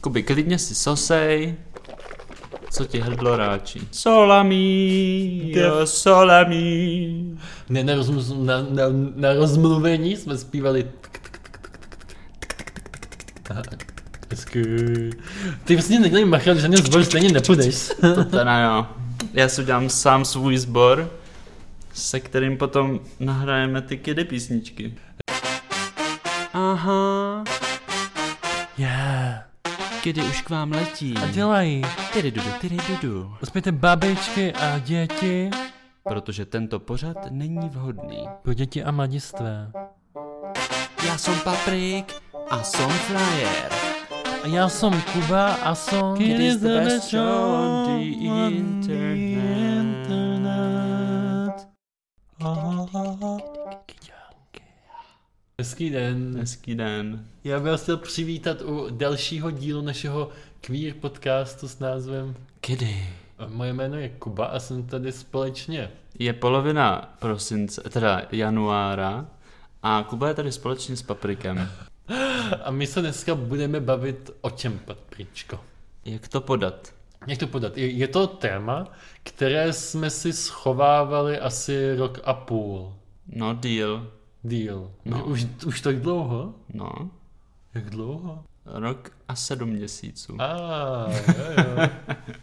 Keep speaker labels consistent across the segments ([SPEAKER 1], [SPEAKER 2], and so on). [SPEAKER 1] Kuby, klidně si sosej. Co ti hrdlo ráčí? Solami, jo, solami.
[SPEAKER 2] Ne, na, rozm- na, na, na rozmluvení jsme zpívali tk, tk, tk, tk, tk, tk. Aha, Hezky. Ty vlastně někdy macha, že žádný zbor stejně nepůjdeš.
[SPEAKER 1] To teda jo. Já si udělám sám svůj sbor, se kterým potom nahrajeme ty kedy písničky. Aha,
[SPEAKER 2] Yeah.
[SPEAKER 1] kedy už k vám letí.
[SPEAKER 2] A dělají.
[SPEAKER 1] Tedy dudu, tedy dudu.
[SPEAKER 2] Uspějte babičky a děti.
[SPEAKER 1] Protože tento pořad není vhodný.
[SPEAKER 2] Pro děti a mladistvé.
[SPEAKER 1] Já jsem Paprik a jsem Flyer.
[SPEAKER 2] A já jsem Kuba a jsem...
[SPEAKER 1] It is the best show on the internet.
[SPEAKER 2] Hezký den.
[SPEAKER 1] Hezký den.
[SPEAKER 2] Já bych vás chtěl přivítat u dalšího dílu našeho queer podcastu s názvem eh,
[SPEAKER 1] Kedy?
[SPEAKER 2] Moje jméno je Kuba a jsem tady společně.
[SPEAKER 1] Je polovina prosince, teda januára a Kuba je tady společně s Paprikem.
[SPEAKER 2] A my se dneska budeme bavit o čem, Patričko.
[SPEAKER 1] Jak to podat?
[SPEAKER 2] Jak to podat? Je je to téma, které jsme si schovávali asi rok a půl.
[SPEAKER 1] No deal.
[SPEAKER 2] Díl.
[SPEAKER 1] No.
[SPEAKER 2] No. Už, už tak dlouho?
[SPEAKER 1] No.
[SPEAKER 2] Jak dlouho?
[SPEAKER 1] Rok a sedm měsíců.
[SPEAKER 2] A, jo, jo.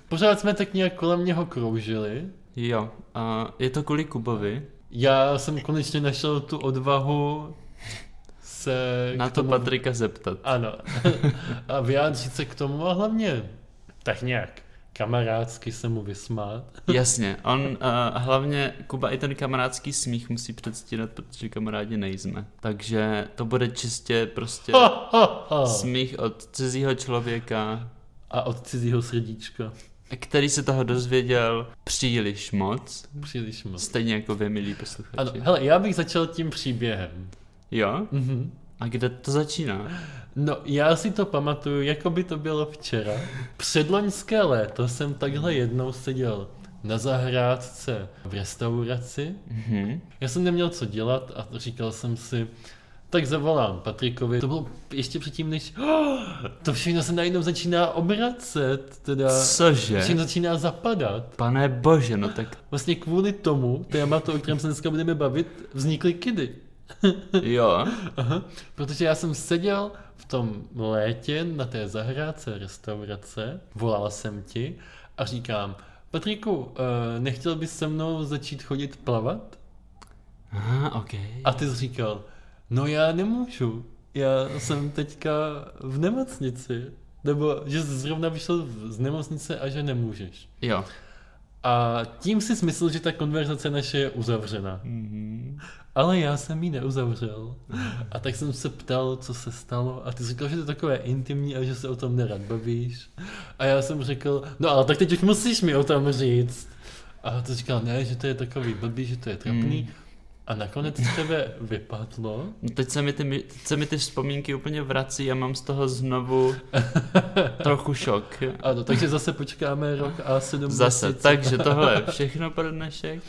[SPEAKER 2] Pořád jsme tak nějak kolem něho kroužili.
[SPEAKER 1] Jo, a je to kvůli Kubovi.
[SPEAKER 2] Já jsem konečně našel tu odvahu se
[SPEAKER 1] Na to Patrika zeptat.
[SPEAKER 2] Ano. A vyjádřit se k tomu a hlavně tak nějak kamarádsky se mu vysmát.
[SPEAKER 1] Jasně, on uh, hlavně Kuba i ten kamarádský smích musí předstírat, protože kamarádi nejsme. Takže to bude čistě prostě
[SPEAKER 2] Ha, ha, ha.
[SPEAKER 1] smích od cizího člověka,
[SPEAKER 2] A od cizího srdíčka.
[SPEAKER 1] který se toho dozvěděl příliš moc,
[SPEAKER 2] Příliš moc.
[SPEAKER 1] stejně jako vy, milí posluchači.
[SPEAKER 2] Ano, hele, já bych začal tím příběhem.
[SPEAKER 1] Jo?
[SPEAKER 2] Mhm.
[SPEAKER 1] A kde to začíná?
[SPEAKER 2] No, já si to pamatuju, jako by to bylo včera. Předloňské léto jsem takhle jednou seděl na zahrádce v restauraci.
[SPEAKER 1] Mhm.
[SPEAKER 2] Já jsem neměl co dělat a říkal jsem si, tak zavolám Patrikovi. To bylo ještě předtím, než to všechno se najednou začíná obracet, teda
[SPEAKER 1] Cože?
[SPEAKER 2] všechno začíná zapadat.
[SPEAKER 1] Pane bože, no tak
[SPEAKER 2] Vlastně kvůli tomu tématu, o kterém se dneska budeme bavit, vznikly kidy.
[SPEAKER 1] jo.
[SPEAKER 2] Aha, protože já jsem seděl v tom létě na té zahrádce restaurace, volal jsem ti a říkám, Patriku, eh, nechtěl bys se mnou začít chodit plavat?
[SPEAKER 1] Aha, ok.
[SPEAKER 2] A ty jsi říkal, no já nemůžu, já jsem teďka v nemocnici. Nebo že jsi zrovna vyšel v- z nemocnice a že nemůžeš.
[SPEAKER 1] Jo.
[SPEAKER 2] A tím si smysl, že ta konverzace naše je uzavřena.
[SPEAKER 1] Mhm.
[SPEAKER 2] Ale já jsem ji neuzavřel. A tak jsem se ptal, co se stalo. A ty jsi říkal, že to je takové intimní a že se o tom nerad bavíš. A já jsem řekl, no ale tak teď už musíš mi o tom říct. A ty jsi říkal, ne, že to je takový blbý, že to je trapný.
[SPEAKER 1] Mm.
[SPEAKER 2] A nakonec z tebe vypadlo,
[SPEAKER 1] No teď, se mi ty, my- teď se mi ty vzpomínky úplně vrací a mám z toho znovu trochu šok.
[SPEAKER 2] Ano, takže zase počkáme rok a sedm
[SPEAKER 1] Zase,
[SPEAKER 2] měsíců.
[SPEAKER 1] takže tohle je všechno pro dnešek.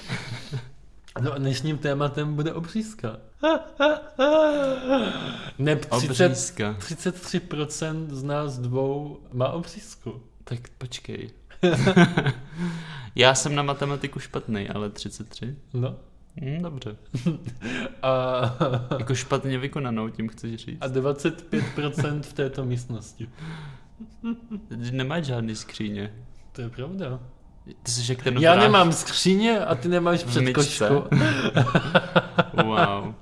[SPEAKER 2] No a dnešním tématem bude obřízka. Ne, 30,
[SPEAKER 1] Obřízka.
[SPEAKER 2] 33% z nás dvou má obřízku.
[SPEAKER 1] Tak počkej. Já jsem na matematiku špatný, ale 33?
[SPEAKER 2] No.
[SPEAKER 1] Hm, dobře.
[SPEAKER 2] A,
[SPEAKER 1] Jako špatně vykonanou, tím chceš říct.
[SPEAKER 2] a 25% v této místnosti.
[SPEAKER 1] Ty nemáš žádný skříně.
[SPEAKER 2] To je pravda.
[SPEAKER 1] Ty jsi jak ten
[SPEAKER 2] Já
[SPEAKER 1] vrah.
[SPEAKER 2] nemám skříně a ty nemáš
[SPEAKER 1] V No myčce.
[SPEAKER 2] předkošku.
[SPEAKER 1] Wow.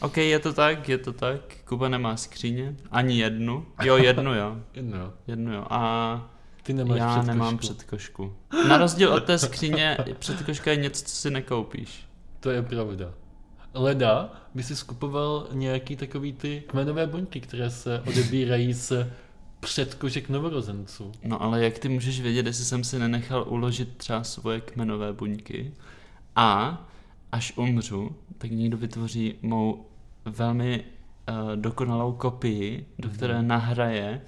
[SPEAKER 1] OK, je to tak, je to tak. Kuba nemá skříně. Ani jednu. Jo, jednu jo.
[SPEAKER 2] No,
[SPEAKER 1] Jednu jo. A
[SPEAKER 2] ty nemáš
[SPEAKER 1] já
[SPEAKER 2] předkošku.
[SPEAKER 1] nemám předkošku. Na rozdíl od té skříně, předkoška je něco, co si nekoupíš.
[SPEAKER 2] To je pravda. Leda by si skupoval nějaký takový ty kmenové buňky, které se odebírají z předkožek novorozenců.
[SPEAKER 1] No ale jak ty můžeš vědět, jestli jsem si nenechal uložit třeba svoje kmenové buňky a až umřu, tak někdo vytvoří mou velmi uh, dokonalou kopii, do které nahraje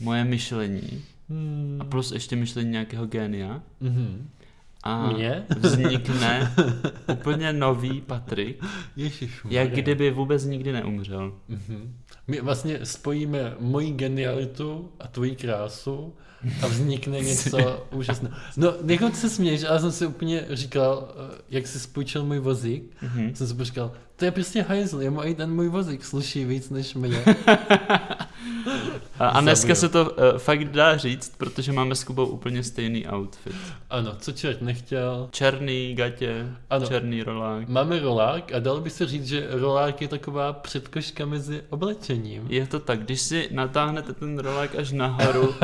[SPEAKER 1] moje myšlení
[SPEAKER 2] Hmm.
[SPEAKER 1] a plus ještě myšlení nějakého génia
[SPEAKER 2] Mhm.
[SPEAKER 1] a
[SPEAKER 2] Mně?
[SPEAKER 1] vznikne úplně nový Patrik,
[SPEAKER 2] Ježišu.
[SPEAKER 1] jak kdyby vůbec nikdy neumřel.
[SPEAKER 2] Mhm. My vlastně spojíme moji genialitu a tvoji krásu a vznikne něco úžasného. No, jako ty se směješ, ale jsem si úplně říkal, eh, jak jsi spůjčil můj vozík,
[SPEAKER 1] Mhm.
[SPEAKER 2] jsem si říkal, to je prostě hajzl, jemu i ten můj vozík sluší víc než mě.
[SPEAKER 1] A, a dneska
[SPEAKER 2] Zabiju.
[SPEAKER 1] se to uh, fakt dá říct, protože máme s Kubou úplně stejný outfit.
[SPEAKER 2] Ano, co čert nechtěl.
[SPEAKER 1] Černý gatě, ano.
[SPEAKER 2] Ano.
[SPEAKER 1] černý rolák.
[SPEAKER 2] Máme rolák a dal by se říct, že rolák je taková předkoška mezi oblečením.
[SPEAKER 1] Je to tak, když si natáhnete ten rolák až nahoru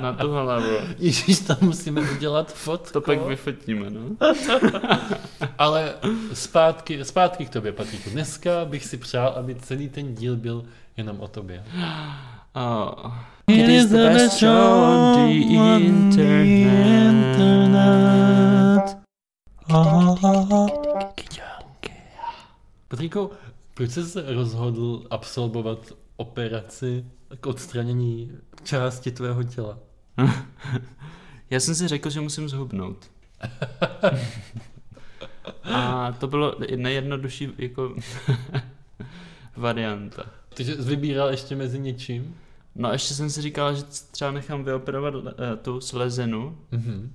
[SPEAKER 1] na tu hlavu,
[SPEAKER 2] Ježíš, tam musíme udělat fotku.
[SPEAKER 1] to pak vyfotíme, no.
[SPEAKER 2] Ale zpátky, zpátky k tobě, Patriku. Dneska bych si přál, aby celý ten díl byl jenom o tobě.
[SPEAKER 1] Oh.
[SPEAKER 2] It is the best show on the internet. Patriku, proč jsi se rozhodl absolvovat operaci k odstranění části tvého těla?
[SPEAKER 1] Já jsem si řekl, že musím zhubnout. A to bylo nejjednodušší jako varianta.
[SPEAKER 2] Takže jsi vybíral ještě mezi něčím?
[SPEAKER 1] No a ještě jsem si říkal, že třeba nechám vyoperovat eh, tu slezenu,
[SPEAKER 2] Mhm.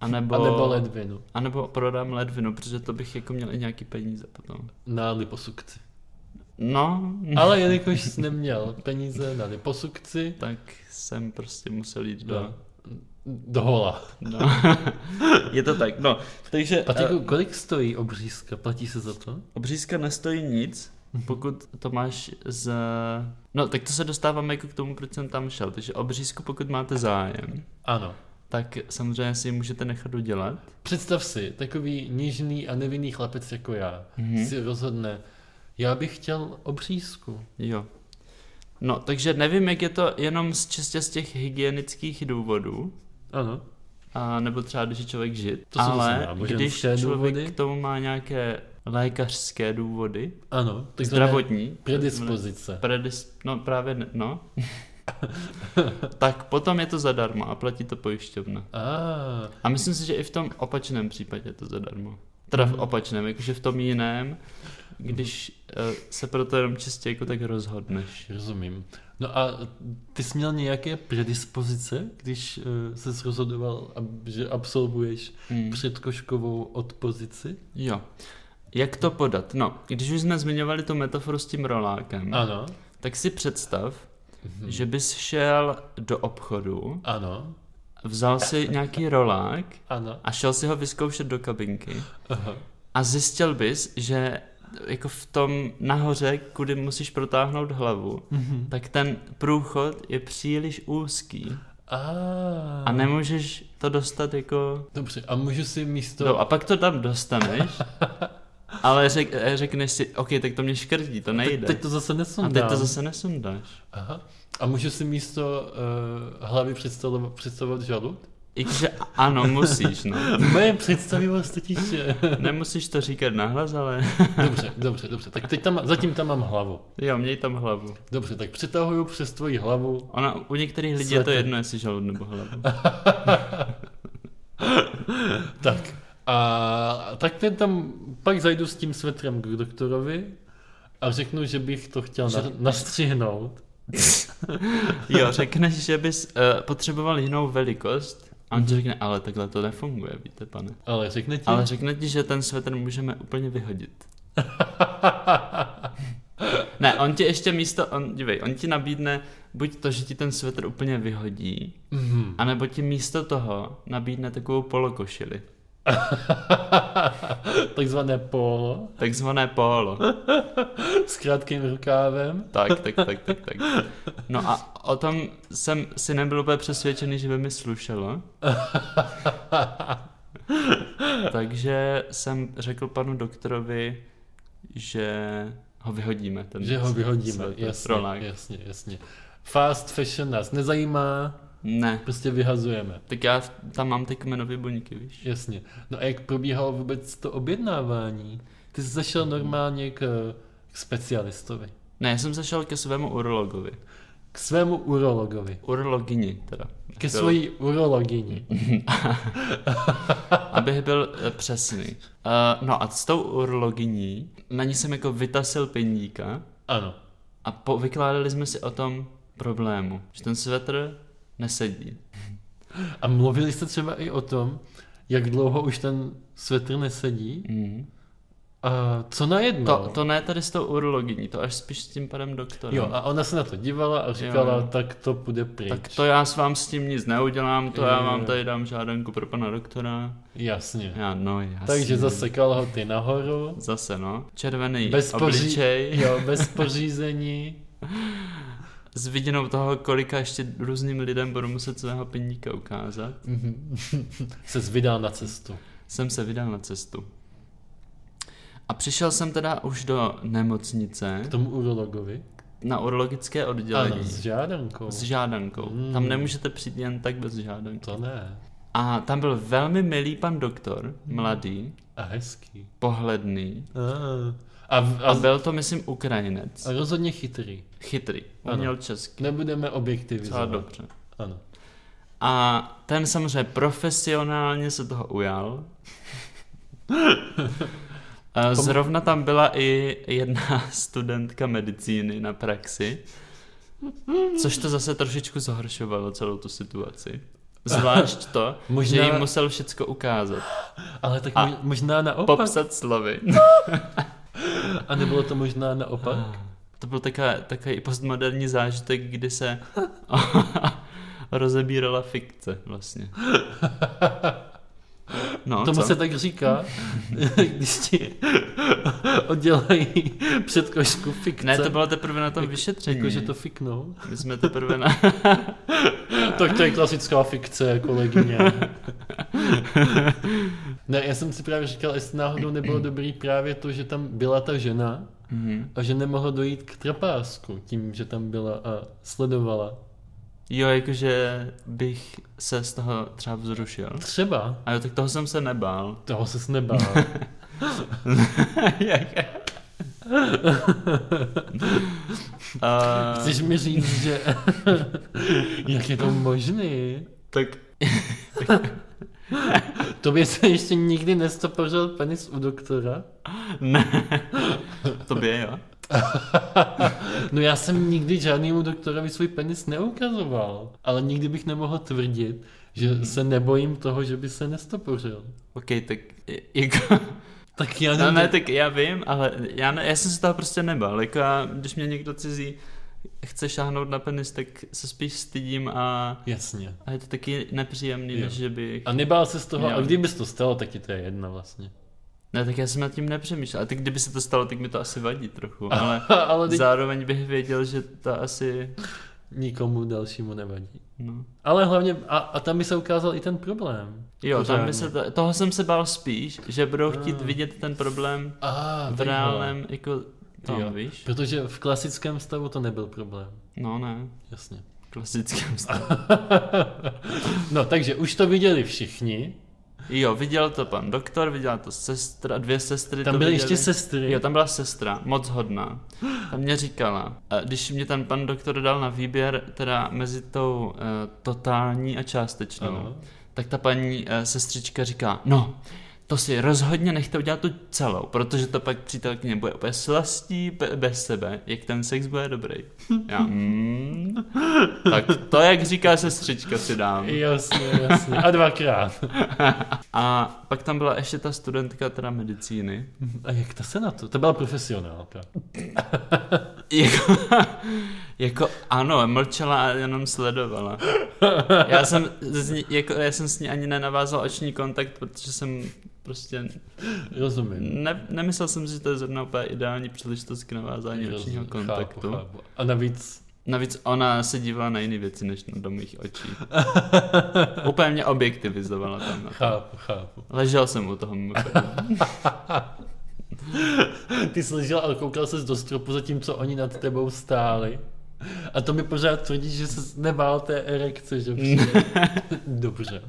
[SPEAKER 1] anebo,
[SPEAKER 2] A nebo ledvinu
[SPEAKER 1] anebo prodám ledvinu, protože to bych jako měl i nějaký peníze potom.
[SPEAKER 2] na liposukci.
[SPEAKER 1] No,
[SPEAKER 2] Ale jelikož jsi neměl peníze na liposukci,
[SPEAKER 1] tak jsem prostě musel jít do...
[SPEAKER 2] do, do hola.
[SPEAKER 1] do. Je to tak, no. Takže
[SPEAKER 2] No. Patriku,
[SPEAKER 1] eh,
[SPEAKER 2] kolik stojí obřízka? Platí se za to?
[SPEAKER 1] obřízka nestojí nic, pokud to máš z... No, tak to se dostáváme jako k tomu, proč jsem tam šel. Takže obřízku, pokud máte zájem,
[SPEAKER 2] Ano.
[SPEAKER 1] tak samozřejmě si ji můžete nechat udělat.
[SPEAKER 2] Představ si, takový nižný a nevinný chlapec jako já
[SPEAKER 1] Mhm.
[SPEAKER 2] mm-hmm. si rozhodne, já bych chtěl obřízku.
[SPEAKER 1] Jo. No, takže nevím, jak je to jenom z čistě z těch hygienických důvodů,
[SPEAKER 2] Ano.
[SPEAKER 1] a nebo třeba když je člověk žid,
[SPEAKER 2] To jsou
[SPEAKER 1] ale
[SPEAKER 2] zase
[SPEAKER 1] když
[SPEAKER 2] náboženské
[SPEAKER 1] člověk
[SPEAKER 2] důvody.
[SPEAKER 1] k tomu má nějaké lékařské důvody,
[SPEAKER 2] Ano. Takzvané
[SPEAKER 1] zdravotní,
[SPEAKER 2] Predispozice.
[SPEAKER 1] predis, no právě ne, no, tak potom je to zadarmo a platí to pojišťovna.
[SPEAKER 2] A
[SPEAKER 1] A myslím si, že i v tom opačném případě je to zadarmo. Teda v opačném, jakože v tom jiném, když eh, se proto jenom čistě jako tak rozhodneš.
[SPEAKER 2] rozumím. No a ty jsi měl nějaké predispozice, když uh, se rozhodoval, ab- že absolvuješ
[SPEAKER 1] Hmm.
[SPEAKER 2] předkoškovou odpozici?
[SPEAKER 1] Jo. Jak to podat? No, když už jsme zmiňovali tu metaforu s tím rolákem, a.
[SPEAKER 2] Ano.
[SPEAKER 1] tak si představ,
[SPEAKER 2] Mhm.
[SPEAKER 1] že bys šel do obchodu,
[SPEAKER 2] Ano.
[SPEAKER 1] vzal si nějaký rolák
[SPEAKER 2] Ano.
[SPEAKER 1] a šel si ho vyzkoušet do kabinky
[SPEAKER 2] Aha.
[SPEAKER 1] a zjistil bys, že jako v tom nahoře, kudy musíš protáhnout hlavu,
[SPEAKER 2] Mhm.
[SPEAKER 1] tak ten průchod je příliš úzký
[SPEAKER 2] A,
[SPEAKER 1] a nemůžeš to dostat jako...
[SPEAKER 2] Dobře, a můžu si místo...
[SPEAKER 1] No a pak to tam dostaneš, ale řek, řekneš si, OK, tak to mě škrtí, to nejde.
[SPEAKER 2] Teď, teď to zase
[SPEAKER 1] A
[SPEAKER 2] nesundám.
[SPEAKER 1] teď to zase nesundáš.
[SPEAKER 2] Aha. A můžu si místo uh, hlavy představovat, představovat žalud?
[SPEAKER 1] I když ano, musíš, no.
[SPEAKER 2] Moje představivost totiž je...
[SPEAKER 1] Nemusíš to říkat nahlas, ale
[SPEAKER 2] Dobře, dobře, dobře. Tak teď tam, zatím tam mám hlavu.
[SPEAKER 1] jo, měj tam hlavu.
[SPEAKER 2] Dobře, tak přetahuju přes tvoji hlavu.
[SPEAKER 1] Ona, u některých lidí je to
[SPEAKER 2] Slepý.
[SPEAKER 1] jedno, jestli žalud nebo hlavu.
[SPEAKER 2] Tak. A tak ten tam... Pak zajdu s tím svetrem k doktorovi a řeknu, že bych to chtěl na, nastřihnout.
[SPEAKER 1] Jo, řekneš, že bys uh, potřeboval jinou velikost a on ti řekne, ale takhle to nefunguje, víte pane.
[SPEAKER 2] Ale řekne ti...
[SPEAKER 1] Ale řekne ti, že ten svetr můžeme úplně vyhodit. Ne, on ti ještě místo, on, dívej, on ti nabídne buď to, že ti ten svetr úplně vyhodí,
[SPEAKER 2] Mhm.
[SPEAKER 1] anebo ti místo toho nabídne takovou polokošili.
[SPEAKER 2] Takzvané polo
[SPEAKER 1] Takzvané polo.
[SPEAKER 2] s krátkým rukávem.
[SPEAKER 1] Tak, tak, tak, tak, tak. No a o tom jsem si nebyl úplně přesvědčený, že by mi slušelo. Takže jsem řekl panu doktorovi, že ho vyhodíme. Ten
[SPEAKER 2] Že ho vyhodíme,
[SPEAKER 1] svetr,
[SPEAKER 2] jasně,
[SPEAKER 1] rolák.
[SPEAKER 2] jasně, jasně. Fast fashion nás nezajímá,
[SPEAKER 1] Ne,
[SPEAKER 2] prostě vyhazujeme,
[SPEAKER 1] tak já tam mám ty kmenovy buňky, víš?
[SPEAKER 2] jasně. No a jak probíhalo vůbec to objednávání? Ty jsi
[SPEAKER 1] Mhm.
[SPEAKER 2] zašel normálně k, k specialistovi.
[SPEAKER 1] Ne, já jsem zašel ke svému urologovi.
[SPEAKER 2] K svému urologovi.
[SPEAKER 1] Urologini teda.
[SPEAKER 2] Ke svojí urologini.
[SPEAKER 1] Abych byl eh, přesný. Uh, no a s tou urologiní, na ní jsem jako vytasil pindíka
[SPEAKER 2] Ano.
[SPEAKER 1] a po, vykládali jsme si o tom problému, že ten svetr nesedí.
[SPEAKER 2] A mluvili jste třeba i o tom, jak dlouho už ten svetr nesedí?
[SPEAKER 1] Mm.
[SPEAKER 2] A co najednou?
[SPEAKER 1] To, to ne tady s tou urologiní, to až spíš s tím panem doktorem.
[SPEAKER 2] Jo, a ona se na to dívala a říkala,
[SPEAKER 1] Jo,
[SPEAKER 2] jo. tak to půjde pryč.
[SPEAKER 1] Tak to já s vám s tím nic neudělám, to
[SPEAKER 2] Jo,
[SPEAKER 1] já
[SPEAKER 2] jo,
[SPEAKER 1] vám
[SPEAKER 2] jo.
[SPEAKER 1] tady dám žádanku pro pana doktora.
[SPEAKER 2] Jasně.
[SPEAKER 1] Já, no, jasně.
[SPEAKER 2] Takže zasekal ho ty nahoru.
[SPEAKER 1] Zase, no. Červený
[SPEAKER 2] Bez,
[SPEAKER 1] Bez obličej.
[SPEAKER 2] poři... jo, bez pořízení.
[SPEAKER 1] S viděnou toho, kolika ještě různým lidem budu muset svého peníka ukázat,
[SPEAKER 2] Mhm. se vydal na cestu.
[SPEAKER 1] jsem se vydal na cestu. A přišel jsem teda už do nemocnice,
[SPEAKER 2] K tomu urologovi.
[SPEAKER 1] na urologické
[SPEAKER 2] Ano,
[SPEAKER 1] oddělení.
[SPEAKER 2] s žádankou.
[SPEAKER 1] s žádankou.
[SPEAKER 2] Mm.
[SPEAKER 1] Tam nemůžete přijít jen tak bez žádanky.
[SPEAKER 2] To ne.
[SPEAKER 1] A tam byl velmi milý pan doktor,
[SPEAKER 2] Hmm.
[SPEAKER 1] mladý,
[SPEAKER 2] A hezký.
[SPEAKER 1] pohledný.
[SPEAKER 2] A, a, a,
[SPEAKER 1] A byl to, myslím, Ukrajinec.
[SPEAKER 2] a rozhodně chytrý.
[SPEAKER 1] Chytrý.
[SPEAKER 2] Ano.
[SPEAKER 1] Uměl česky.
[SPEAKER 2] Nebudeme
[SPEAKER 1] Docela
[SPEAKER 2] objektivizovat.
[SPEAKER 1] dobře.
[SPEAKER 2] Ano.
[SPEAKER 1] A ten samozřejmě profesionálně se toho ujal. A Zrovna tam byla i jedna studentka medicíny na praxi, což to zase trošičku zhoršovalo celou tu situaci. Zvlášť to,
[SPEAKER 2] Možná-
[SPEAKER 1] že jim musel všecko ukázat,
[SPEAKER 2] Ale tak
[SPEAKER 1] A-
[SPEAKER 2] a, možná naopak.
[SPEAKER 1] popsat slovy.
[SPEAKER 2] A nebylo to možná naopak?
[SPEAKER 1] To byl taká, takový postmoderní zážitek, kdy se rozebírala fikce vlastně. No,
[SPEAKER 2] Tomu
[SPEAKER 1] co?
[SPEAKER 2] se tak říká, když ti oddělají předkošku fikce.
[SPEAKER 1] Ne, to bylo teprve na tom
[SPEAKER 2] Jako-
[SPEAKER 1] vyšetření.
[SPEAKER 2] Jako, že to fiknou.
[SPEAKER 1] My jsme teprve na...
[SPEAKER 2] Tak to je klasická fikce, kolegyně. ne, já jsem si právě říkal, jestli náhodou nebylo dobrý právě to, že tam byla ta žena
[SPEAKER 1] Mhm.
[SPEAKER 2] a že nemohla dojít k trapásku tím, že tam byla a sledovala.
[SPEAKER 1] Jo, jakože bych se z toho třeba vzrušil.
[SPEAKER 2] Třeba.
[SPEAKER 1] A jo, tak toho jsem se nebál.
[SPEAKER 2] Toho se nebál.
[SPEAKER 1] Uh,
[SPEAKER 2] Chceš mi říct, že... Jak je to možný?
[SPEAKER 1] tak
[SPEAKER 2] Tobě se ještě nikdy nestopořil penis u doktora?
[SPEAKER 1] ne. Tobě, jo.
[SPEAKER 2] No já jsem nikdy žádnému doktorovi svůj penis neukazoval, ale nikdy bych nemohl tvrdit, že se nebojím toho, že by se nestopořil.
[SPEAKER 1] OK, tak i- jako...
[SPEAKER 2] Tak já
[SPEAKER 1] No
[SPEAKER 2] nevím.
[SPEAKER 1] ne, tak já vím, ale já, ne, já jsem se toho prostě nebál. Jako já, když mě někdo cizí chce šáhnout na penis, tak se spíš stydím a,
[SPEAKER 2] Jasně.
[SPEAKER 1] a je to taky nepříjemný,
[SPEAKER 2] Jo.
[SPEAKER 1] než že bych...
[SPEAKER 2] A nebál se z toho,
[SPEAKER 1] Jo.
[SPEAKER 2] a kdyby se to stalo, tak ti to je jedno vlastně.
[SPEAKER 1] Ne, tak já jsem nad tím nepřemýšlel. A tak kdyby se to stalo, tak mi to asi vadí trochu. Ale
[SPEAKER 2] ale teď
[SPEAKER 1] zároveň bych věděl, že to asi...
[SPEAKER 2] nikomu dalšímu nevadí.
[SPEAKER 1] No.
[SPEAKER 2] Ale hlavně, a, a tam by se ukázal i ten problém.
[SPEAKER 1] Jo, tam by
[SPEAKER 2] Pořádně. Ah.
[SPEAKER 1] se to, toho jsem se bál spíš, že budou chtít vidět ten problém
[SPEAKER 2] A,
[SPEAKER 1] v
[SPEAKER 2] takhle.
[SPEAKER 1] reálném, jako tam,
[SPEAKER 2] Jo.
[SPEAKER 1] víš?
[SPEAKER 2] Protože v klasickém stavu to nebyl problém.
[SPEAKER 1] No ne,
[SPEAKER 2] Jasně.
[SPEAKER 1] v klasickém stavu.
[SPEAKER 2] no, takže už to viděli všichni.
[SPEAKER 1] Jo, viděl to pan doktor, viděla to sestra, dvě sestry
[SPEAKER 2] Tam
[SPEAKER 1] to
[SPEAKER 2] byly
[SPEAKER 1] viděli.
[SPEAKER 2] ještě sestry.
[SPEAKER 1] Jo, tam byla sestra, moc hodná. Ta mě říkala, a když mě ten pan doktor dal na výběr, teda mezi tou uh, totální a částečnou,
[SPEAKER 2] Ano.
[SPEAKER 1] tak ta paní eh, sestřička říká, no, to si rozhodně nechte udělat tu celou, protože to pak přítelkyně bude úplně slastí be- bez sebe, jak ten sex bude dobrý. Já, mm, tak to, jak říká sestřička, si dám.
[SPEAKER 2] Jasně, jasně. A dvakrát.
[SPEAKER 1] A pak tam byla ještě ta studentka teda medicíny.
[SPEAKER 2] A jak ta se na to? To byla profesionálka.
[SPEAKER 1] Jako, jako ano, mlčela a jenom sledovala. Já jsem, z ní, jako, já jsem s ní ani nenavázal oční kontakt, protože jsem prostě
[SPEAKER 2] Rozumím.
[SPEAKER 1] Ne, nemyslel jsem si, že to je zrovna úplně ideální příležitost k navázání
[SPEAKER 2] Rozumím.
[SPEAKER 1] očního
[SPEAKER 2] Chápu,
[SPEAKER 1] kontaktu.
[SPEAKER 2] chápu. A navíc...
[SPEAKER 1] Navíc ona se dívala na jiné věci, než na do mých očí. úplně mě objektivizovala tam.
[SPEAKER 2] Chápu, chápu.
[SPEAKER 1] Ležel jsem u toho. mimochodem.
[SPEAKER 2] Ty jsi ležel a koukal ses do stropu, zatímco oni nad tebou stáli. A to mi pořád tvrdí, že se nebál té erekce, že přijde. Dobře.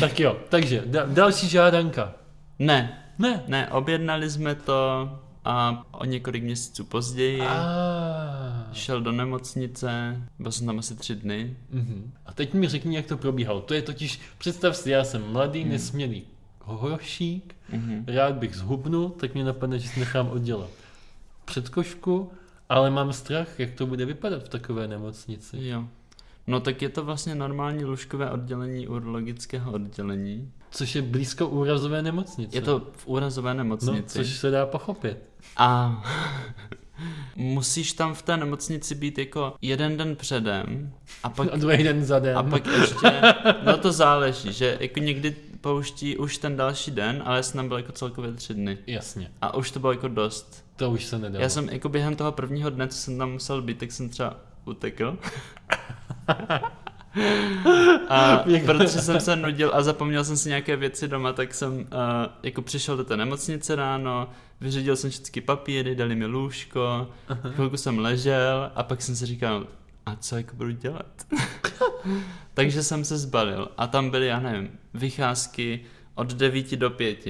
[SPEAKER 2] tak jo, takže da- další žádanka.
[SPEAKER 1] ne,
[SPEAKER 2] Ne.
[SPEAKER 1] ne, objednali jsme to a o několik měsíců později.
[SPEAKER 2] Ah.
[SPEAKER 1] šel do nemocnice, byl jsem tam asi tři dny.
[SPEAKER 2] Mhm. A teď mi řekni, jak to probíhalo. To je totiž, představ si, já jsem mladý, nesmělý horošík,
[SPEAKER 1] Mhm.
[SPEAKER 2] rád bych zhubnul, tak mě napadne, že si nechám oddělat předkošku, ale mám strach, jak to bude vypadat v takové nemocnici.
[SPEAKER 1] Jo. No tak je to vlastně normální lůžkové oddělení urologického oddělení.
[SPEAKER 2] Což je blízko úrazové nemocnice.
[SPEAKER 1] Je to v úrazové
[SPEAKER 2] no,
[SPEAKER 1] nemocnici.
[SPEAKER 2] což se dá pochopit.
[SPEAKER 1] A musíš tam v té nemocnici být jako jeden den předem a pak
[SPEAKER 2] A druhý den za den.
[SPEAKER 1] A pak ještě, no to záleží, že jako někdy pouští už ten další den, ale já jsem tam byl jako celkově tři dny.
[SPEAKER 2] Jasně,
[SPEAKER 1] A už to bylo jako dost.
[SPEAKER 2] to už se nedalo.
[SPEAKER 1] Já jsem jako během toho prvního dne, co jsem tam musel být, tak jsem třeba utekl. A protože jsem se nudil a zapomněl jsem si nějaké věci doma, tak jsem uh, jako přišel do té nemocnice ráno, vyřídil jsem všechny papíry, dali mi lůžko, chvilku jsem ležel a pak jsem si říkal, a co jako budu dělat? Takže jsem se zbalil a tam byly, já nevím, vycházky od 9 do 5.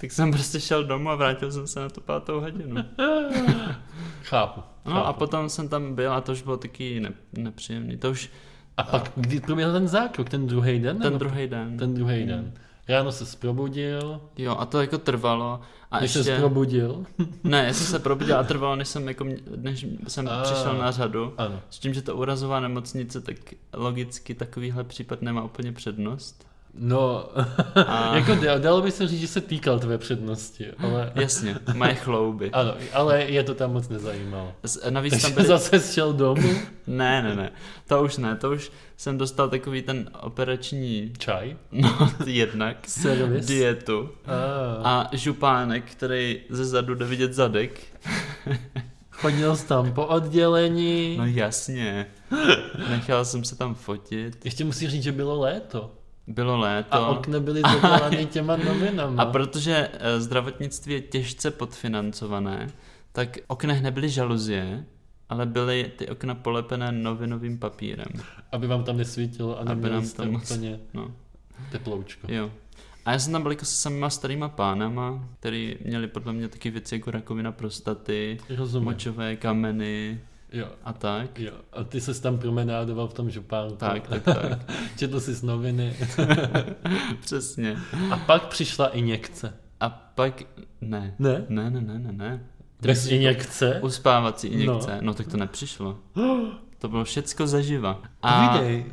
[SPEAKER 1] Tak jsem prostě šel domů a vrátil jsem se na tu pátou hodinu.
[SPEAKER 2] Chápu. chápu.
[SPEAKER 1] No a potom jsem tam byl a to už bylo taky ne- nepříjemný. To už
[SPEAKER 2] a pak kdy proběhl ten zákrok, ten druhý den?
[SPEAKER 1] ten Hmm.
[SPEAKER 2] nebo-
[SPEAKER 1] druhý den.
[SPEAKER 2] no, ten druhý den. Ráno se probudil,
[SPEAKER 1] Jo, a to jako trvalo. A
[SPEAKER 2] a když
[SPEAKER 1] ještě...
[SPEAKER 2] se probudil.
[SPEAKER 1] Ne, já jsem se probudil a trvalo, než jsem, jako, mě- než jsem
[SPEAKER 2] A.
[SPEAKER 1] přišel na řadu.
[SPEAKER 2] Ano.
[SPEAKER 1] S tím, že to úrazová nemocnice, tak logicky takovýhle případ nemá úplně přednost.
[SPEAKER 2] No,
[SPEAKER 1] A-
[SPEAKER 2] a... jako dá- dalo by se říct, že se týkal tvé přednosti, ale,
[SPEAKER 1] Jasně, moje chlouby.
[SPEAKER 2] ano, ale je to tam moc nezajímalo.
[SPEAKER 1] Z- Navíc
[SPEAKER 2] Takže
[SPEAKER 1] tam byly...
[SPEAKER 2] zase šel domů,
[SPEAKER 1] Ne, ne, ne, to už ne, to už jsem dostal takový ten operační,
[SPEAKER 2] čaj,
[SPEAKER 1] no jednak,
[SPEAKER 2] servis.
[SPEAKER 1] dietu
[SPEAKER 2] A,
[SPEAKER 1] a župánek, který ze zadu jde vidět zadek,
[SPEAKER 2] chodil jsi tam po oddělení.
[SPEAKER 1] No jasně. Nechal jsem se tam fotit.
[SPEAKER 2] Ještě musím říct, že bylo léto.
[SPEAKER 1] Bylo léto.
[SPEAKER 2] A okna byly zadělány těma novinama.
[SPEAKER 1] a protože eh, zdravotnictví je těžce podfinancované, tak v oknech nebyly žaluzie, ale byly ty okna polepené novinovým papírem.
[SPEAKER 2] Aby vám tam nesvítilo a
[SPEAKER 1] Aby nám
[SPEAKER 2] neměli
[SPEAKER 1] tam
[SPEAKER 2] jste
[SPEAKER 1] moc-
[SPEAKER 2] úplně
[SPEAKER 1] No,
[SPEAKER 2] teploučko.
[SPEAKER 1] jo. A já jsem tam byl jako se samýma starýma pánama, který měli podle mě taky věci jako rakovina prostaty,
[SPEAKER 2] Rozumím.
[SPEAKER 1] močové kameny
[SPEAKER 2] Jo.
[SPEAKER 1] a tak.
[SPEAKER 2] Jo, a ty ses tam promenádoval v tom župánku.
[SPEAKER 1] Tak, tak, tak.
[SPEAKER 2] Četl jsi z noviny.
[SPEAKER 1] Přesně.
[SPEAKER 2] A pak přišla injekce.
[SPEAKER 1] A pak, ne.
[SPEAKER 2] Ne?
[SPEAKER 1] Ne, ne, ne, ne, ne.
[SPEAKER 2] Bez injekce?
[SPEAKER 1] Uspávací injekce. No. no tak to nepřišlo. To bylo všecko zaživa. A uh,
[SPEAKER 2] Videj.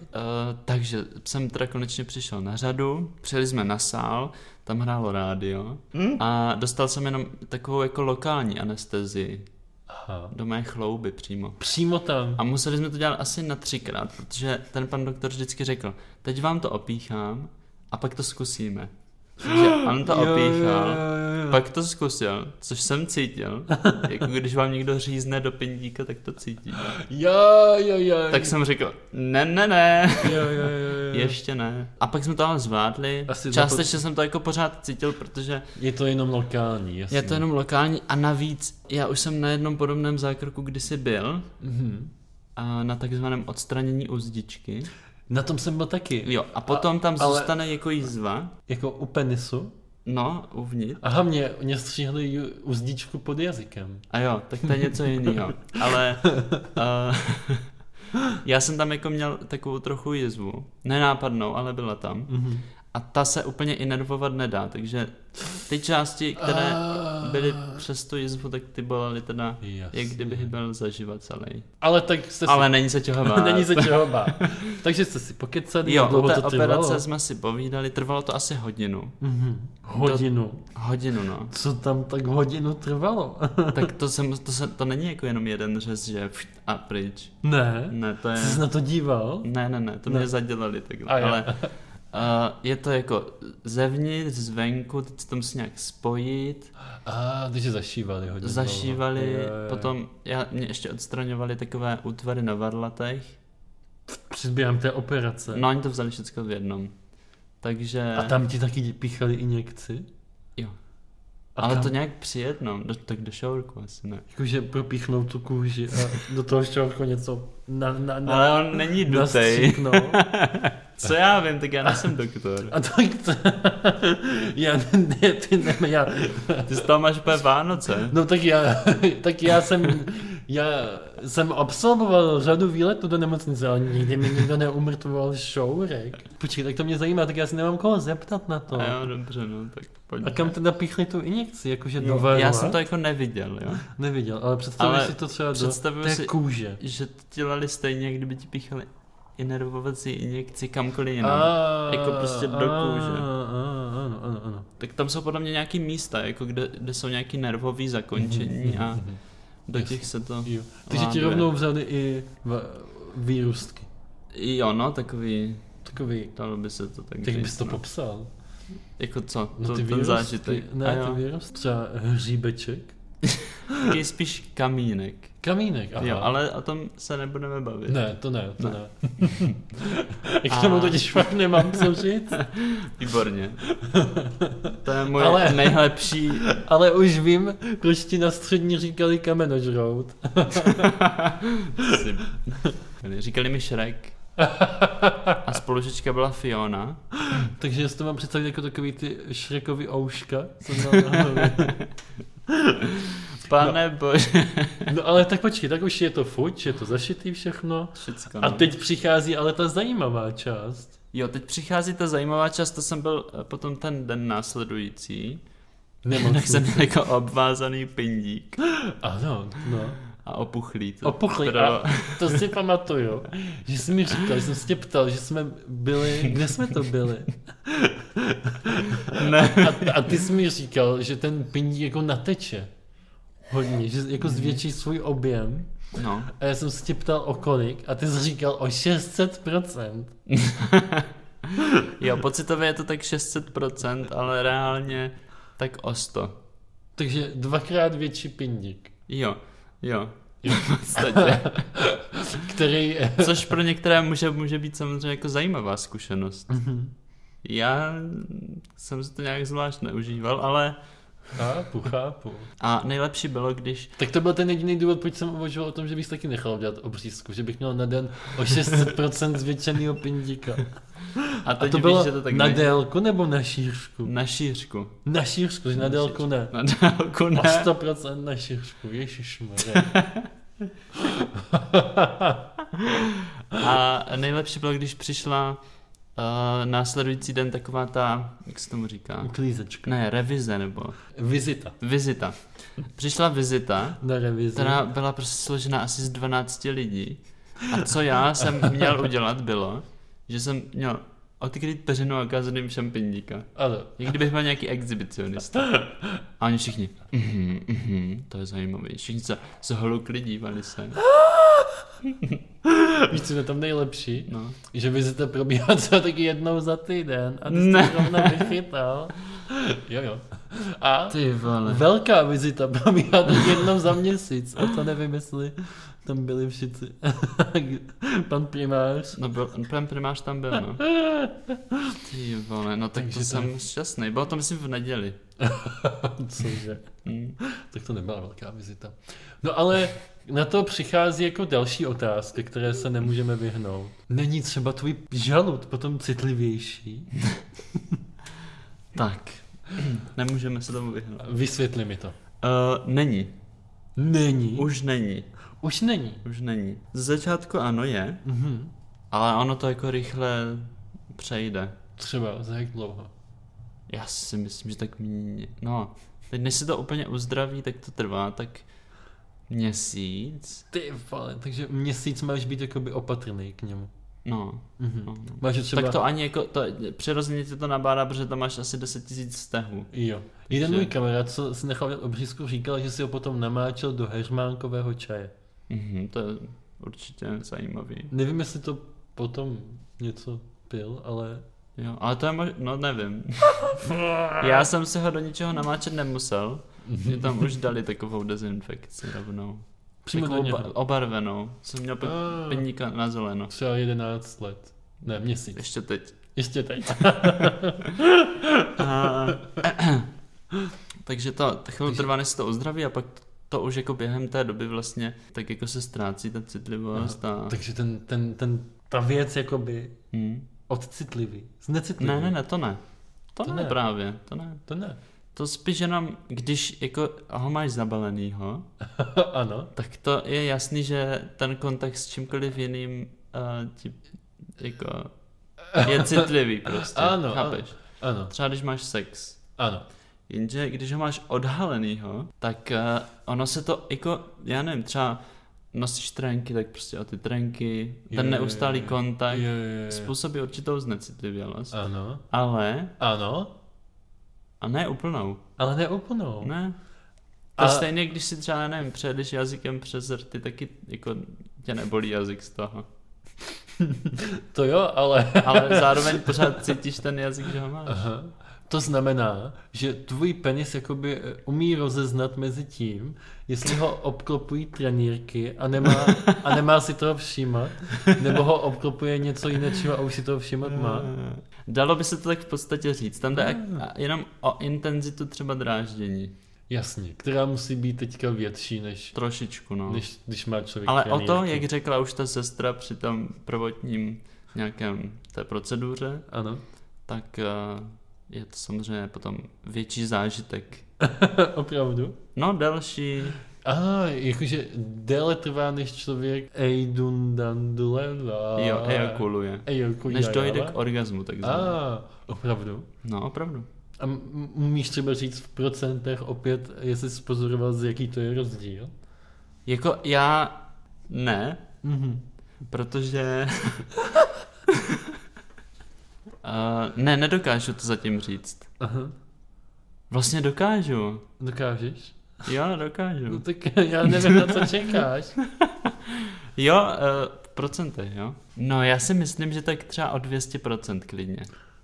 [SPEAKER 1] takže jsem teda konečně přišel na řadu, přijeli jsme na sál, tam hrálo rádio a dostal jsem jenom takovou jako lokální anestezii
[SPEAKER 2] Aha.
[SPEAKER 1] do mé chlouby přímo.
[SPEAKER 2] Přímo tam.
[SPEAKER 1] A museli jsme to dělat asi na třikrát, protože ten pan doktor vždycky řekl, teď vám to opíchám a pak to zkusíme. Takže on to opíchal. Pak to zkusil, což jsem cítil, jako když vám někdo řízne do pindíka, tak to cítí.
[SPEAKER 2] Jo, jo, jo.
[SPEAKER 1] Tak jsem řekl, ne, ne, ne,
[SPEAKER 2] Jo, jo, jo, jo.
[SPEAKER 1] ještě ne. A pak jsme to ale zvládli,
[SPEAKER 2] Asi
[SPEAKER 1] částečně jsem to jako pořád cítil, protože
[SPEAKER 2] Je to jenom lokální, jasně.
[SPEAKER 1] je to jenom lokální a navíc já už jsem na jednom podobném zákroku kdysi byl,
[SPEAKER 2] Mhm.
[SPEAKER 1] a na takzvaném odstranění uzdičky.
[SPEAKER 2] Na tom jsem byl taky.
[SPEAKER 1] Jo, a potom tam
[SPEAKER 2] ale-
[SPEAKER 1] zůstane jako jízva,
[SPEAKER 2] Jako u penisu.
[SPEAKER 1] no, uvnitř.
[SPEAKER 2] Aha, mě, mě stříhli ju- uzdičku pod jazykem.
[SPEAKER 1] A jo, tak to je něco jiného. Ale uh, já jsem tam jako měl takovou trochu jizvu. Nenápadnou, ale byla tam.
[SPEAKER 2] Mhm.
[SPEAKER 1] A ta se úplně inervovat nedá, takže ty části, které
[SPEAKER 2] Ah.
[SPEAKER 1] byly přes tu jizvu, tak ty bolely teda,
[SPEAKER 2] Jasně.
[SPEAKER 1] jak kdyby byl zaživa celý.
[SPEAKER 2] Ale tak jste si...
[SPEAKER 1] Ale není se čeho bát.
[SPEAKER 2] Není se čeho bát. Takže jste si pokecali, jak
[SPEAKER 1] Jo, u
[SPEAKER 2] dlouho
[SPEAKER 1] té
[SPEAKER 2] to trvalo.
[SPEAKER 1] operace jsme si povídali, trvalo to asi hodinu.
[SPEAKER 2] Mhm. Hodinu.
[SPEAKER 1] Hodinu, no.
[SPEAKER 2] Co tam tak hodinu trvalo?
[SPEAKER 1] Tak to, jsem, to, se, to není jako jenom jeden řez, že pšt a pryč.
[SPEAKER 2] ne?
[SPEAKER 1] Ne, to je...
[SPEAKER 2] Jsi se na to díval?
[SPEAKER 1] Ne, ne, ne, to mě
[SPEAKER 2] Ne.
[SPEAKER 1] zadělali takhle,
[SPEAKER 2] A jo.
[SPEAKER 1] ale uh, je to jako zevnitř, zvenku, teď se to musí nějak spojit,
[SPEAKER 2] A, takže zašívali hodně.
[SPEAKER 1] zašívali,
[SPEAKER 2] dlouho. Jo, jo, jo.
[SPEAKER 1] potom já, mě ještě odstraňovali takové útvary na varlatech,
[SPEAKER 2] Před během té operace.
[SPEAKER 1] no oni to vzali všechno v jednom, takže,
[SPEAKER 2] A tam ti taky píchali injekci?
[SPEAKER 1] jo,
[SPEAKER 2] A
[SPEAKER 1] ale
[SPEAKER 2] tam,
[SPEAKER 1] to nějak při jednom, do, tak do šourku asi ne.
[SPEAKER 2] Jakože propíchnou tu kůži a do toho šťourko něco na, na, na,
[SPEAKER 1] Ale on není
[SPEAKER 2] no,
[SPEAKER 1] dutej,
[SPEAKER 2] nastříknou.
[SPEAKER 1] co já vím, tak já nejsem doktor.
[SPEAKER 2] A tak to... já, ne, ty ne, já,
[SPEAKER 1] Ty z toho máš úplně Vánoce.
[SPEAKER 2] no tak já, tak já jsem Já jsem absolvoval řadu výletů do nemocnice, ale nikdy mi nikdo neumrtvoval šourek. Počkej, tak to mě zajímá, tak já si nemám koho zeptat na to.
[SPEAKER 1] A jo, dobře, no, tak pojď.
[SPEAKER 2] A kam teda píchli tu injekci, jakože do
[SPEAKER 1] Jo,
[SPEAKER 2] varu,
[SPEAKER 1] Já jsem to jako neviděl, jo.
[SPEAKER 2] Neviděl, ale představuji
[SPEAKER 1] Ale
[SPEAKER 2] si to třeba do
[SPEAKER 1] představuju
[SPEAKER 2] té
[SPEAKER 1] si-
[SPEAKER 2] kůže.
[SPEAKER 1] Že to dělali stejně, jak kdyby ti píchali inervovací injekci kamkoliv jinam.
[SPEAKER 2] A,
[SPEAKER 1] Jako prostě do
[SPEAKER 2] a,
[SPEAKER 1] kůže.
[SPEAKER 2] a, Ano, ano, ano.
[SPEAKER 1] Tak tam jsou podle mě nějaký místa, jako kde, kde jsou nějaký nervový zakončení
[SPEAKER 2] Mhm,
[SPEAKER 1] a
[SPEAKER 2] mhm, mhm.
[SPEAKER 1] do
[SPEAKER 2] Jasně.
[SPEAKER 1] těch se to...
[SPEAKER 2] Jo. Takže ti
[SPEAKER 1] Láduje.
[SPEAKER 2] rovnou vzali i v, výrůstky.
[SPEAKER 1] Jo, no, takový,
[SPEAKER 2] Takový,
[SPEAKER 1] dalo by se to tak
[SPEAKER 2] tak
[SPEAKER 1] říct,
[SPEAKER 2] bys to
[SPEAKER 1] no.
[SPEAKER 2] popsal.
[SPEAKER 1] Jako co?
[SPEAKER 2] No
[SPEAKER 1] to,
[SPEAKER 2] ty
[SPEAKER 1] ten
[SPEAKER 2] výrůstky,
[SPEAKER 1] zážitek. A
[SPEAKER 2] Ne,
[SPEAKER 1] jo,
[SPEAKER 2] ty výrůstky. Třeba hříbeček.
[SPEAKER 1] Taky spíš kamínek.
[SPEAKER 2] Kamínek, aha.
[SPEAKER 1] Jo, ale o tom se nebudeme bavit.
[SPEAKER 2] Ne, to ne, to ne.
[SPEAKER 1] Ne.
[SPEAKER 2] Já K tomu
[SPEAKER 1] A-
[SPEAKER 2] totiž fakt nemám co říct.
[SPEAKER 1] Výborně. To je moje
[SPEAKER 2] Ale-
[SPEAKER 1] ale... nejlepší...
[SPEAKER 2] Ale už vím, proč ti na střední říkali kamenožrout.
[SPEAKER 1] si- Říkali mi Shrek. A spolužečka byla Fiona.
[SPEAKER 2] Takže já si to mám představit jako takový ty šrekový ouška, co měl na hlavě.
[SPEAKER 1] Pane no. bože.
[SPEAKER 2] No ale tak počkej, tak už je to fuč, je to zašitý všechno.
[SPEAKER 1] Všecko,
[SPEAKER 2] A
[SPEAKER 1] no.
[SPEAKER 2] teď přichází ale ta zajímavá část.
[SPEAKER 1] Jo, teď přichází ta zajímavá část, to jsem byl eh, potom ten den následující. Tak jsem
[SPEAKER 2] Nemocnice.
[SPEAKER 1] byl jako obvázaný pindík
[SPEAKER 2] Ano, no.
[SPEAKER 1] a opuchlý. To,
[SPEAKER 2] Opuchlý,
[SPEAKER 1] kterou-
[SPEAKER 2] a to si pamatuju, že jsi mi říkal, že jsem se tě ptal, že jsme byli, kde jsme to byli?
[SPEAKER 1] Ne.
[SPEAKER 2] A, a ty jsi mi říkal, že ten pindík jako nateče hodně, že jako zvětší svůj objem.
[SPEAKER 1] No.
[SPEAKER 2] A já jsem se tě ptal o kolik a ty jsi říkal o 600%.
[SPEAKER 1] Jo, pocitově je to tak 600%, ale reálně tak o 100.
[SPEAKER 2] Takže dvakrát větší pindík,
[SPEAKER 1] Jo, jo.
[SPEAKER 2] Jo.
[SPEAKER 1] V podstatě.
[SPEAKER 2] který...
[SPEAKER 1] Což pro některé může, může být samozřejmě jako zajímavá zkušenost.
[SPEAKER 2] Mhm.
[SPEAKER 1] Já jsem si to nějak zvlášť neužíval, ale
[SPEAKER 2] Chápu, chápu.
[SPEAKER 1] a nejlepší bylo, když
[SPEAKER 2] Tak to byl ten jediný důvod, proč jsem uvažoval o tom, že bych taky nechal udělat obřízku, že bych měl na den o 600% zvětšenýho pindíka.
[SPEAKER 1] a
[SPEAKER 2] A
[SPEAKER 1] teď
[SPEAKER 2] to
[SPEAKER 1] víš,
[SPEAKER 2] bylo
[SPEAKER 1] že to tak
[SPEAKER 2] na
[SPEAKER 1] nej-
[SPEAKER 2] délku nebo na šířku?
[SPEAKER 1] na šířku.
[SPEAKER 2] Na šířku, že na délku ne.
[SPEAKER 1] Na dálku
[SPEAKER 2] O
[SPEAKER 1] ne.
[SPEAKER 2] 100% na šířku, ježišmarja.
[SPEAKER 1] A nejlepší bylo, když přišla uh, následující den taková ta, jak se tomu říká?
[SPEAKER 2] Uklízečka.
[SPEAKER 1] Ne, revize nebo
[SPEAKER 2] Vizita.
[SPEAKER 1] vizita. Přišla vizita
[SPEAKER 2] Na revizi.
[SPEAKER 1] která byla prostě složena asi z 12 lidí. A co já jsem měl udělat bylo, že jsem měl odkryt peřinu a ukázat jim šampindíka.
[SPEAKER 2] Ano.
[SPEAKER 1] Jak kdybych byl nějaký exhibicionista. A oni všichni, mhm, mhm, to je zajímavé. Všichni se zhlukli, dívali se.
[SPEAKER 2] Víš, co je tam nejlepší?
[SPEAKER 1] No.
[SPEAKER 2] Že vizita probíhá třeba taky jednou za týden a ty jsi
[SPEAKER 1] Ne.
[SPEAKER 2] to zrovna vychytal. Jo, jo. A
[SPEAKER 1] Ty vole.
[SPEAKER 2] velká vizita probíhá tak jednou za měsíc. A to nevím, jestli tam byli všichni. Pan primář.
[SPEAKER 1] No byl, pan primář tam byl, no. Ty vole, no tak
[SPEAKER 2] Takže
[SPEAKER 1] to
[SPEAKER 2] to-
[SPEAKER 1] jsem šťastný. Bylo to myslím v neděli.
[SPEAKER 2] Cože?
[SPEAKER 1] Hm.
[SPEAKER 2] Tak to nebyla velká vizita. No ale na to přichází jako další otázka, které se nemůžeme vyhnout. Není třeba tvůj žalud potom citlivější?
[SPEAKER 1] Tak. Nemůžeme se tomu vyhnout.
[SPEAKER 2] Vysvětli mi to.
[SPEAKER 1] Uh, není.
[SPEAKER 2] Není. Už,
[SPEAKER 1] Už není.
[SPEAKER 2] Už není.
[SPEAKER 1] Už není. Z začátku ano je,
[SPEAKER 2] Mhm.
[SPEAKER 1] ale ono to jako rychle přejde.
[SPEAKER 2] Třeba za jak dlouho?
[SPEAKER 1] Já si myslím, že tak mě... No, teď než se to úplně uzdraví, tak to trvá tak měsíc.
[SPEAKER 2] Ty vole, takže měsíc máš být jakoby opatrný k němu.
[SPEAKER 1] No,
[SPEAKER 2] Mhm.
[SPEAKER 1] no. no.
[SPEAKER 2] Máš je třeba...
[SPEAKER 1] Tak to ani jako, to, přirozeně tě to nabádá, protože tam máš asi 10 000 vztahů.
[SPEAKER 2] Jo. Jeden
[SPEAKER 1] Že-
[SPEAKER 2] můj kamarád, co si nechal dělat obřízku, říkal, že si ho potom namáčel do hermánkového čaje.
[SPEAKER 1] Mhm, to je určitě zajímavý.
[SPEAKER 2] Nevím, jestli to potom něco pil, ale...
[SPEAKER 1] Jo, ale to je mož... no nevím. Já jsem si ho do ničeho namáčet nemusel, mě tam už dali takovou dezinfekci rovnou.
[SPEAKER 2] Přímo do
[SPEAKER 1] takovou
[SPEAKER 2] něho.
[SPEAKER 1] Jako ba- obarvenou. Jsem měl pak
[SPEAKER 2] Ah.
[SPEAKER 1] peníka na zeleno.
[SPEAKER 2] Třeba 11 let. Ne, měsíc.
[SPEAKER 1] Ještě teď.
[SPEAKER 2] Ještě teď. Ah.
[SPEAKER 1] A... Takže to ta chvíli trvá, než se to ozdraví a pak to už jako během té doby vlastně tak jako se ztrácí ta citlivost a...
[SPEAKER 2] Takže ten, ten, ten, ta věc jakoby
[SPEAKER 1] Hm.
[SPEAKER 2] odcitlivý. Znecitlivý.
[SPEAKER 1] Ne, ne, ne, to ne. To,
[SPEAKER 2] To
[SPEAKER 1] to ne,
[SPEAKER 2] ne.
[SPEAKER 1] právě, to ne.
[SPEAKER 2] To ne.
[SPEAKER 1] To spíš jenom, když jako ho máš zabalenýho,
[SPEAKER 2] ano.
[SPEAKER 1] tak to je jasný, že ten kontakt s čímkoliv jiným uh, ti, jako je citlivý prostě,
[SPEAKER 2] Ano,
[SPEAKER 1] chápeš?
[SPEAKER 2] Ano,
[SPEAKER 1] Třeba když máš sex,
[SPEAKER 2] ano.
[SPEAKER 1] Jenže když ho máš odhalenýho, tak uh, ono se to jako, já nevím, třeba nosíš trenky, tak prostě o ty trenky,
[SPEAKER 2] Jo,
[SPEAKER 1] ten
[SPEAKER 2] jo,
[SPEAKER 1] neustálý
[SPEAKER 2] jo, jo.
[SPEAKER 1] kontakt
[SPEAKER 2] Jo, jo, jo.
[SPEAKER 1] způsobí určitou znecitlivělost,
[SPEAKER 2] Ano,
[SPEAKER 1] ale,
[SPEAKER 2] ano,
[SPEAKER 1] a ne úplnou,
[SPEAKER 2] ale ne úplnou.
[SPEAKER 1] ne. To
[SPEAKER 2] A-
[SPEAKER 1] a... stejně, když si třeba, já nevím, přejedeš jazykem přes rty, taky jako tě nebolí jazyk z toho.
[SPEAKER 2] To jo, ale...
[SPEAKER 1] Ale zároveň pořád cítíš ten jazyk, že ho máš.
[SPEAKER 2] Aha. To znamená, že tvůj penis jakoby eh, umí rozeznat mezi tím, jestli ho obklopují trenírky a nemá, a nemá si toho všímat, nebo ho obklopuje něco jiného a už si toho všímat má.
[SPEAKER 1] Dalo by se to tak v podstatě říct. Tam jde ak- jenom o intenzitu třeba dráždění.
[SPEAKER 2] Jasně, která musí být teďka větší, než,
[SPEAKER 1] Trošičku, no.
[SPEAKER 2] než když má člověk
[SPEAKER 1] Ale o to,
[SPEAKER 2] trenýrky.
[SPEAKER 1] jak řekla už ta sestra při tom prvotním nějakém té proceduře,
[SPEAKER 2] Ano,
[SPEAKER 1] tak eh, je to samozřejmě potom větší zážitek.
[SPEAKER 2] opravdu.
[SPEAKER 1] No další,
[SPEAKER 2] Aha, jakože déle trvá, než člověk ejdundanduleva.
[SPEAKER 1] jo, ejakuluje.
[SPEAKER 2] Ejakuluje.
[SPEAKER 1] Než dojde k orgazmu, takzvaně.
[SPEAKER 2] A, opravdu.
[SPEAKER 1] No, opravdu.
[SPEAKER 2] A m- m- umíš třeba říct v procentech opět, jestli jsi pozoroval, z jaký to je rozdíl?
[SPEAKER 1] Jako já ne,
[SPEAKER 2] Mhm.
[SPEAKER 1] protože... Eh, ne, nedokážu to zatím říct.
[SPEAKER 2] Aha.
[SPEAKER 1] Vlastně dokážu.
[SPEAKER 2] Dokážeš?
[SPEAKER 1] Jo,
[SPEAKER 2] No
[SPEAKER 1] dokážu.
[SPEAKER 2] tak já nevím, na co čekáš.
[SPEAKER 1] Jo, eh, v procentech, jo. No, já si myslím, že tak třeba o 200% klidně.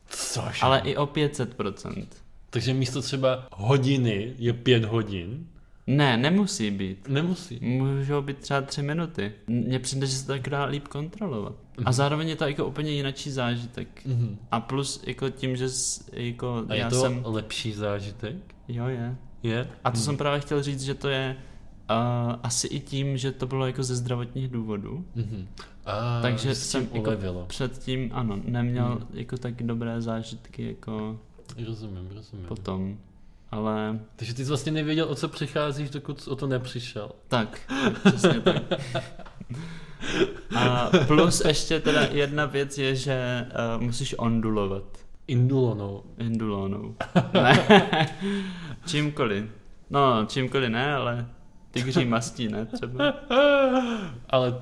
[SPEAKER 2] Což?
[SPEAKER 1] Ale i o 500%.
[SPEAKER 2] Takže místo třeba hodiny je pět hodin.
[SPEAKER 1] Ne, nemusí být.
[SPEAKER 2] Nemusí.
[SPEAKER 1] Můžou být třeba tři minuty. Mně přijde, že se to tak dá líp kontrolovat. A zároveň je to jako úplně jinačí zážitek.
[SPEAKER 2] Mhm.
[SPEAKER 1] A plus jako tím, že s- jako
[SPEAKER 2] A
[SPEAKER 1] Mm. já
[SPEAKER 2] je to
[SPEAKER 1] jsem...
[SPEAKER 2] lepší zážitek?
[SPEAKER 1] Jo, je.
[SPEAKER 2] Je?
[SPEAKER 1] A to jsem právě chtěl říct, že to je uh, asi i tím, že to bylo jako ze zdravotních důvodů.
[SPEAKER 2] Mhm. A,
[SPEAKER 1] Takže
[SPEAKER 2] že se
[SPEAKER 1] jsem
[SPEAKER 2] tím
[SPEAKER 1] jako-
[SPEAKER 2] ulevilo.
[SPEAKER 1] Předtím, ano, neměl jako tak dobré zážitky jako
[SPEAKER 2] Rozumím, rozumím.
[SPEAKER 1] potom. Ale
[SPEAKER 2] Takže ty jsi vlastně nevěděl, o co přicházíš, dokud o to nepřišel.
[SPEAKER 1] Tak, přesně tak. A plus ještě teda jedna věc je, že uh, musíš ondulovat
[SPEAKER 2] Indulonou.
[SPEAKER 1] indulónou. Ne, čímkoliv. No, čímkoliv ne, ale tygří mastí ne třeba. Ah.
[SPEAKER 2] Ale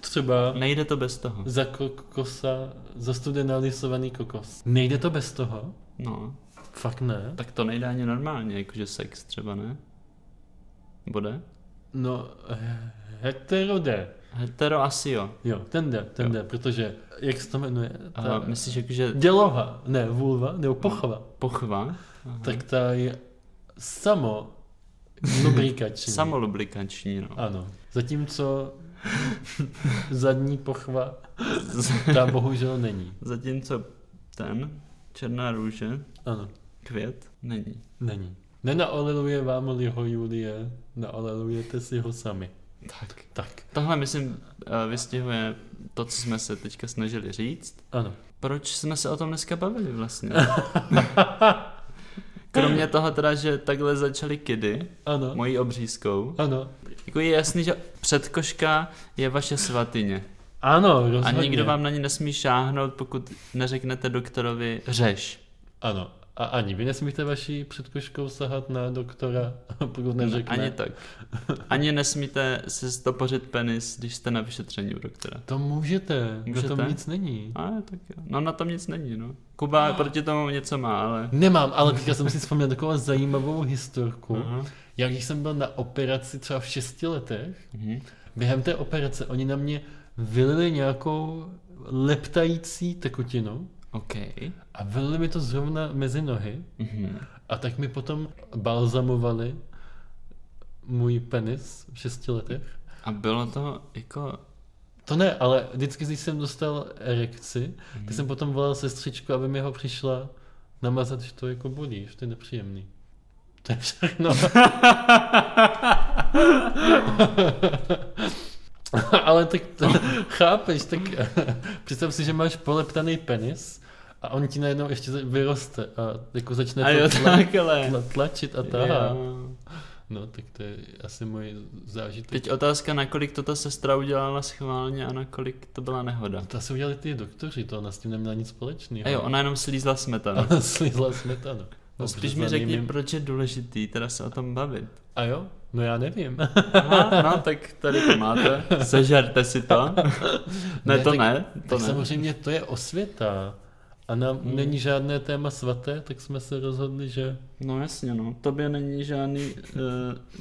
[SPEAKER 2] třeba
[SPEAKER 1] Nejde to bez toho.
[SPEAKER 2] za kokosa, za studenalisovaný kokos. Nejde to bez toho?
[SPEAKER 1] No,
[SPEAKER 2] Fakt ne.
[SPEAKER 1] tak to nejde ani normálně, jakože sex třeba ne? Bude?
[SPEAKER 2] No, he- hetero jde.
[SPEAKER 1] Hetero asi jo.
[SPEAKER 2] Jo, ten jde, ten
[SPEAKER 1] Jo.
[SPEAKER 2] jde, protože, jak se to jmenuje? Ta,
[SPEAKER 1] A Mhm. myslíš, jakože
[SPEAKER 2] Děloha, ne, vulva, nebo pochva.
[SPEAKER 1] pochva? Aha.
[SPEAKER 2] Tak ta je samo lubrikační.
[SPEAKER 1] Samolublikační, no.
[SPEAKER 2] Ano. Zatímco zadní pochva, ta bohužel není.
[SPEAKER 1] Zatímco ten, černá růže,
[SPEAKER 2] Ano,
[SPEAKER 1] květ, není.
[SPEAKER 2] není. Nenaoleluje vám liho Julie, naolelujete si ho sami.
[SPEAKER 1] Tak.
[SPEAKER 2] Tak,
[SPEAKER 1] Tohle, myslím, eh, vystihuje to, co jsme se teďka snažili říct.
[SPEAKER 2] ano.
[SPEAKER 1] Proč jsme se o tom dneska bavili vlastně? Kromě toho teda, že takhle začaly kidy,
[SPEAKER 2] Ano,
[SPEAKER 1] mojí obřízkou.
[SPEAKER 2] ano.
[SPEAKER 1] Jako je jasný, že předkoška je vaše svatyně.
[SPEAKER 2] Ano, rozhodně.
[SPEAKER 1] A nikdo vám na ní nesmí šáhnout, pokud neřeknete doktorovi řeš.
[SPEAKER 2] Ano. A ani vy nesmíte vaší předkoškou sahat na doktora, pokud
[SPEAKER 1] Ne,
[SPEAKER 2] neřekne.
[SPEAKER 1] Ani tak. Ani nesmíte si stopořit penis, když jste na vyšetření u doktora.
[SPEAKER 2] To můžete,
[SPEAKER 1] Můžete?
[SPEAKER 2] na tom nic není.
[SPEAKER 1] A tak jo. No na tom nic není, no. Kuba proti tomu něco má, ale...
[SPEAKER 2] Nemám, ale teďka jsem si vzpomněl takovou zajímavou historku.
[SPEAKER 1] Aha.
[SPEAKER 2] Jak když jsem byl na operaci třeba v šesti letech,
[SPEAKER 1] Mhm.
[SPEAKER 2] během té operace oni na mě vylili nějakou leptající tekutinu
[SPEAKER 1] OK.
[SPEAKER 2] a vylili mi to zrovna mezi nohy
[SPEAKER 1] Mhm.
[SPEAKER 2] a tak mi potom balzamovali můj penis v šesti letech.
[SPEAKER 1] A bylo to jako...
[SPEAKER 2] To ne, ale vždycky, když jsem dostal erekci, mm.
[SPEAKER 1] Mhm.
[SPEAKER 2] tak jsem potom volal sestřičku, aby mi ho přišla namazat, že to jako bolí, že to je nepříjemný. To je všechno. ale tak to, chápeš, tak představ si, že máš poleptaný penis A on ti najednou ještě za- vyroste a jako začne
[SPEAKER 1] A jo,
[SPEAKER 2] tla-
[SPEAKER 1] takhle.
[SPEAKER 2] tla- tlačit a tahá.
[SPEAKER 1] Jo.
[SPEAKER 2] No, tak to je asi můj zážitek.
[SPEAKER 1] Teď otázka, nakolik to ta sestra udělala schválně a nakolik to byla nehoda.
[SPEAKER 2] To asi udělali ty doktoři, to ona s tím neměla nic společného.
[SPEAKER 1] A jo, ona jenom slízla smetanu.
[SPEAKER 2] Ona slizla smetanu.
[SPEAKER 1] No,
[SPEAKER 2] Dobře,
[SPEAKER 1] spíš
[SPEAKER 2] za
[SPEAKER 1] mi řekni,
[SPEAKER 2] ním-
[SPEAKER 1] proč je důležitý teda se o tom bavit.
[SPEAKER 2] A jo? No já nevím.
[SPEAKER 1] Aha, no tak tady to máte. Sežerte si to. Ne,
[SPEAKER 2] Ne,
[SPEAKER 1] to
[SPEAKER 2] tak-
[SPEAKER 1] ne. To
[SPEAKER 2] tak
[SPEAKER 1] ne.
[SPEAKER 2] samozřejmě to je osvěta. A nám
[SPEAKER 1] Hmm.
[SPEAKER 2] hmm. není žádné téma svaté, tak jsme se rozhodli, že...
[SPEAKER 1] No jasně, no. Tobě není žádný uh,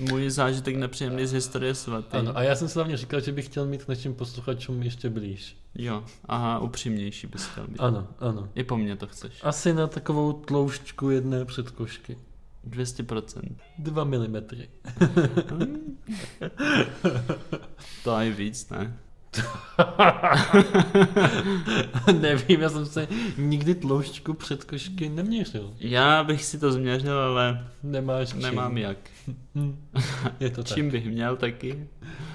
[SPEAKER 1] můj zážitek nepříjemný z historie svatý.
[SPEAKER 2] Ano, a já jsem si hlavně říkal, že bych chtěl mít k našim posluchačům ještě blíž.
[SPEAKER 1] Jo, aha, upřímnější bys chtěl být.
[SPEAKER 2] Ano, ano.
[SPEAKER 1] I po mně to chceš.
[SPEAKER 2] Asi na takovou tloušťku jedné předkošky.
[SPEAKER 1] 200%.
[SPEAKER 2] 2 milimetry.
[SPEAKER 1] To je víc, ne?
[SPEAKER 2] Nevím, já jsem se nikdy tloušťku předkošky neměřil.
[SPEAKER 1] Já bych si to změřil, ale
[SPEAKER 2] Nemáš čím.
[SPEAKER 1] nemám jak.
[SPEAKER 2] Hm. Je to tak.
[SPEAKER 1] Čím bych měl taky?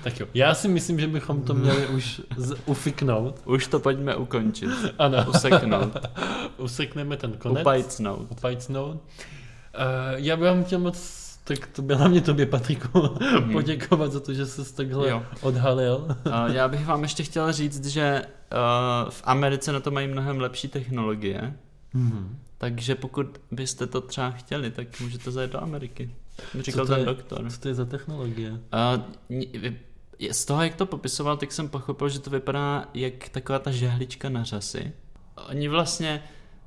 [SPEAKER 2] Tak jo. Já si myslím, že bychom to měli už z- ufiknout.
[SPEAKER 1] Už to pojďme ukončit.
[SPEAKER 2] Ano.
[SPEAKER 1] Useknout.
[SPEAKER 2] Usekneme ten konec.
[SPEAKER 1] Upajcnout.
[SPEAKER 2] Opajcnout. Uh, já bych vám chtěl moc tak to by hlavně tobě, Patriku,
[SPEAKER 1] Mhm.
[SPEAKER 2] poděkovat za to, že jsi takhle
[SPEAKER 1] Jo.
[SPEAKER 2] jo. odhalil.
[SPEAKER 1] Eh, Já bych vám ještě chtěl říct, že eh, v Americe na to mají mnohem lepší technologie, Mhm. takže pokud byste to třeba chtěli, tak můžete zajet do Ameriky. Říkal
[SPEAKER 2] to
[SPEAKER 1] ten
[SPEAKER 2] je?
[SPEAKER 1] doktor.
[SPEAKER 2] Co to je za technologie?
[SPEAKER 1] Eh, ni- vy- je- Z toho, jak to popisoval, tak jsem pochopil, že to vypadá jak taková ta žehlička na řasy. Oni vlastně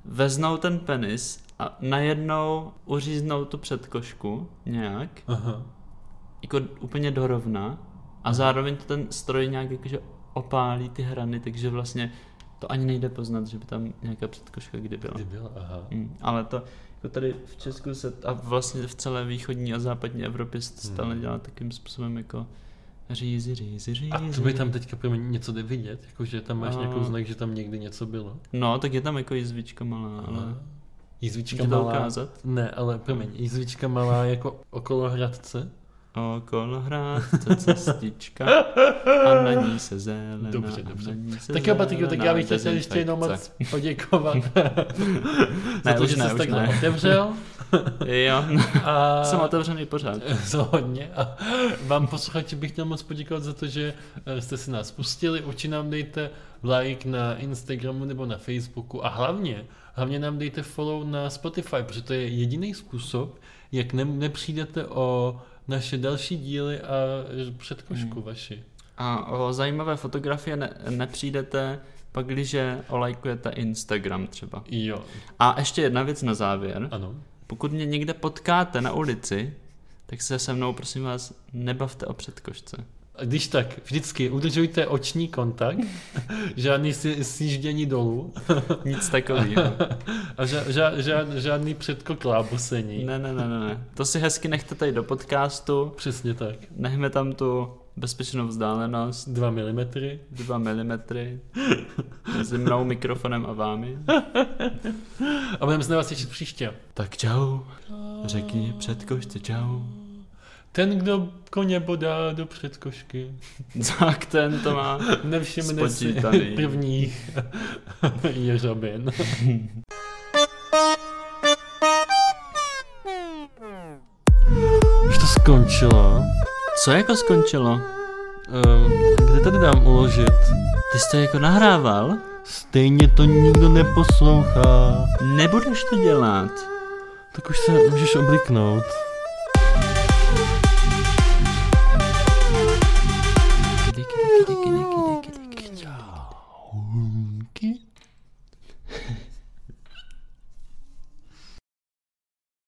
[SPEAKER 1] veznou ten penis a najednou uříznou tu předkošku nějak,
[SPEAKER 2] Aha.
[SPEAKER 1] jako úplně dorovna a zároveň to ten stroj nějak jakože opálí ty hrany, takže vlastně to ani nejde poznat, že by tam nějaká předkoška kdy byla.
[SPEAKER 2] Kdy byla? Aha.
[SPEAKER 1] Mm, ale to jako tady v Česku se t- a vlastně v celé východní a západní Evropě se to
[SPEAKER 2] Hmm.
[SPEAKER 1] stále dělá takým způsobem jako řízi, řízi, řízi.
[SPEAKER 2] A to by tam teďka pro mě něco jde vidět? Jakože tam máš
[SPEAKER 1] A.
[SPEAKER 2] nějakou znak, že tam někdy něco bylo?
[SPEAKER 1] No, tak je tam jako jizvička malá, ale
[SPEAKER 2] Aha. Jízvička
[SPEAKER 1] můžu to
[SPEAKER 2] malá.
[SPEAKER 1] ukázat.
[SPEAKER 2] Ne, ale promiň, jízvička malá jako okolo hradce.
[SPEAKER 1] Okolo hrádce cestička a na ní se zelená.
[SPEAKER 2] Dobře,
[SPEAKER 1] a
[SPEAKER 2] dobře.
[SPEAKER 1] Na ní se
[SPEAKER 2] Tak jo, Patriku, tak já bych
[SPEAKER 1] zelená
[SPEAKER 2] chtěl ještě jenom moc
[SPEAKER 1] no, dezinfekce.
[SPEAKER 2] poděkovat za
[SPEAKER 1] Ne,
[SPEAKER 2] to,
[SPEAKER 1] už
[SPEAKER 2] že
[SPEAKER 1] ne,
[SPEAKER 2] jsi
[SPEAKER 1] už
[SPEAKER 2] takhle
[SPEAKER 1] ne.
[SPEAKER 2] otevřel.
[SPEAKER 1] Jo, no,
[SPEAKER 2] A...
[SPEAKER 1] Jsem otevřený pořád.
[SPEAKER 2] Zhodně. A vám posluchači bych chtěl moc poděkovat za to, že eh, jste si nás pustili. Určitě nám dejte like na Instagramu nebo na Facebooku a hlavně, hlavně nám dejte follow na Spotify, protože to je jediný způsob, jak ne, nepřijdete o naše další díly a eh,
[SPEAKER 1] Hmm.
[SPEAKER 2] předkošku vaši.
[SPEAKER 1] A o zajímavé fotografie ne- nepřijdete, pak když olajkujete Instagram třeba.
[SPEAKER 2] Jo,
[SPEAKER 1] A ještě jedna věc na závěr.
[SPEAKER 2] ano.
[SPEAKER 1] Pokud mě někde potkáte na ulici, tak se se mnou, prosím vás, nebavte o předkošce.
[SPEAKER 2] A Když tak, vždycky udržujte oční kontakt, žádný si- sjíždění dolů
[SPEAKER 1] Nic takového.
[SPEAKER 2] a ža, ža, ža, žádný předkoklábosení.
[SPEAKER 1] Ne, ne, ne, ne, ne. To si hezky nechte tady do podcastu.
[SPEAKER 2] Přesně tak.
[SPEAKER 1] Nechme tam tu bezpečnou vzdálenost,
[SPEAKER 2] 2 milimetry.
[SPEAKER 1] 2 mm, mezi mnou, mikrofonem a vámi.
[SPEAKER 2] A budeme se na vás těšit příště.
[SPEAKER 1] Tak čau, řekni předkošce čau.
[SPEAKER 2] Ten, kdo koně bodá do předkošky,
[SPEAKER 1] Tak ten to má.
[SPEAKER 2] nevšimne si
[SPEAKER 1] Spočítaný.
[SPEAKER 2] prvních jeřabin. Už to skončilo.
[SPEAKER 1] Co jako skončilo?
[SPEAKER 2] Ehm, kde tady dám uložit?
[SPEAKER 1] Ty jsi to jako nahrával?
[SPEAKER 2] Stejně to nikdo neposlouchá.
[SPEAKER 1] Nebudeš to dělat.
[SPEAKER 2] Tak už se můžeš obliknout.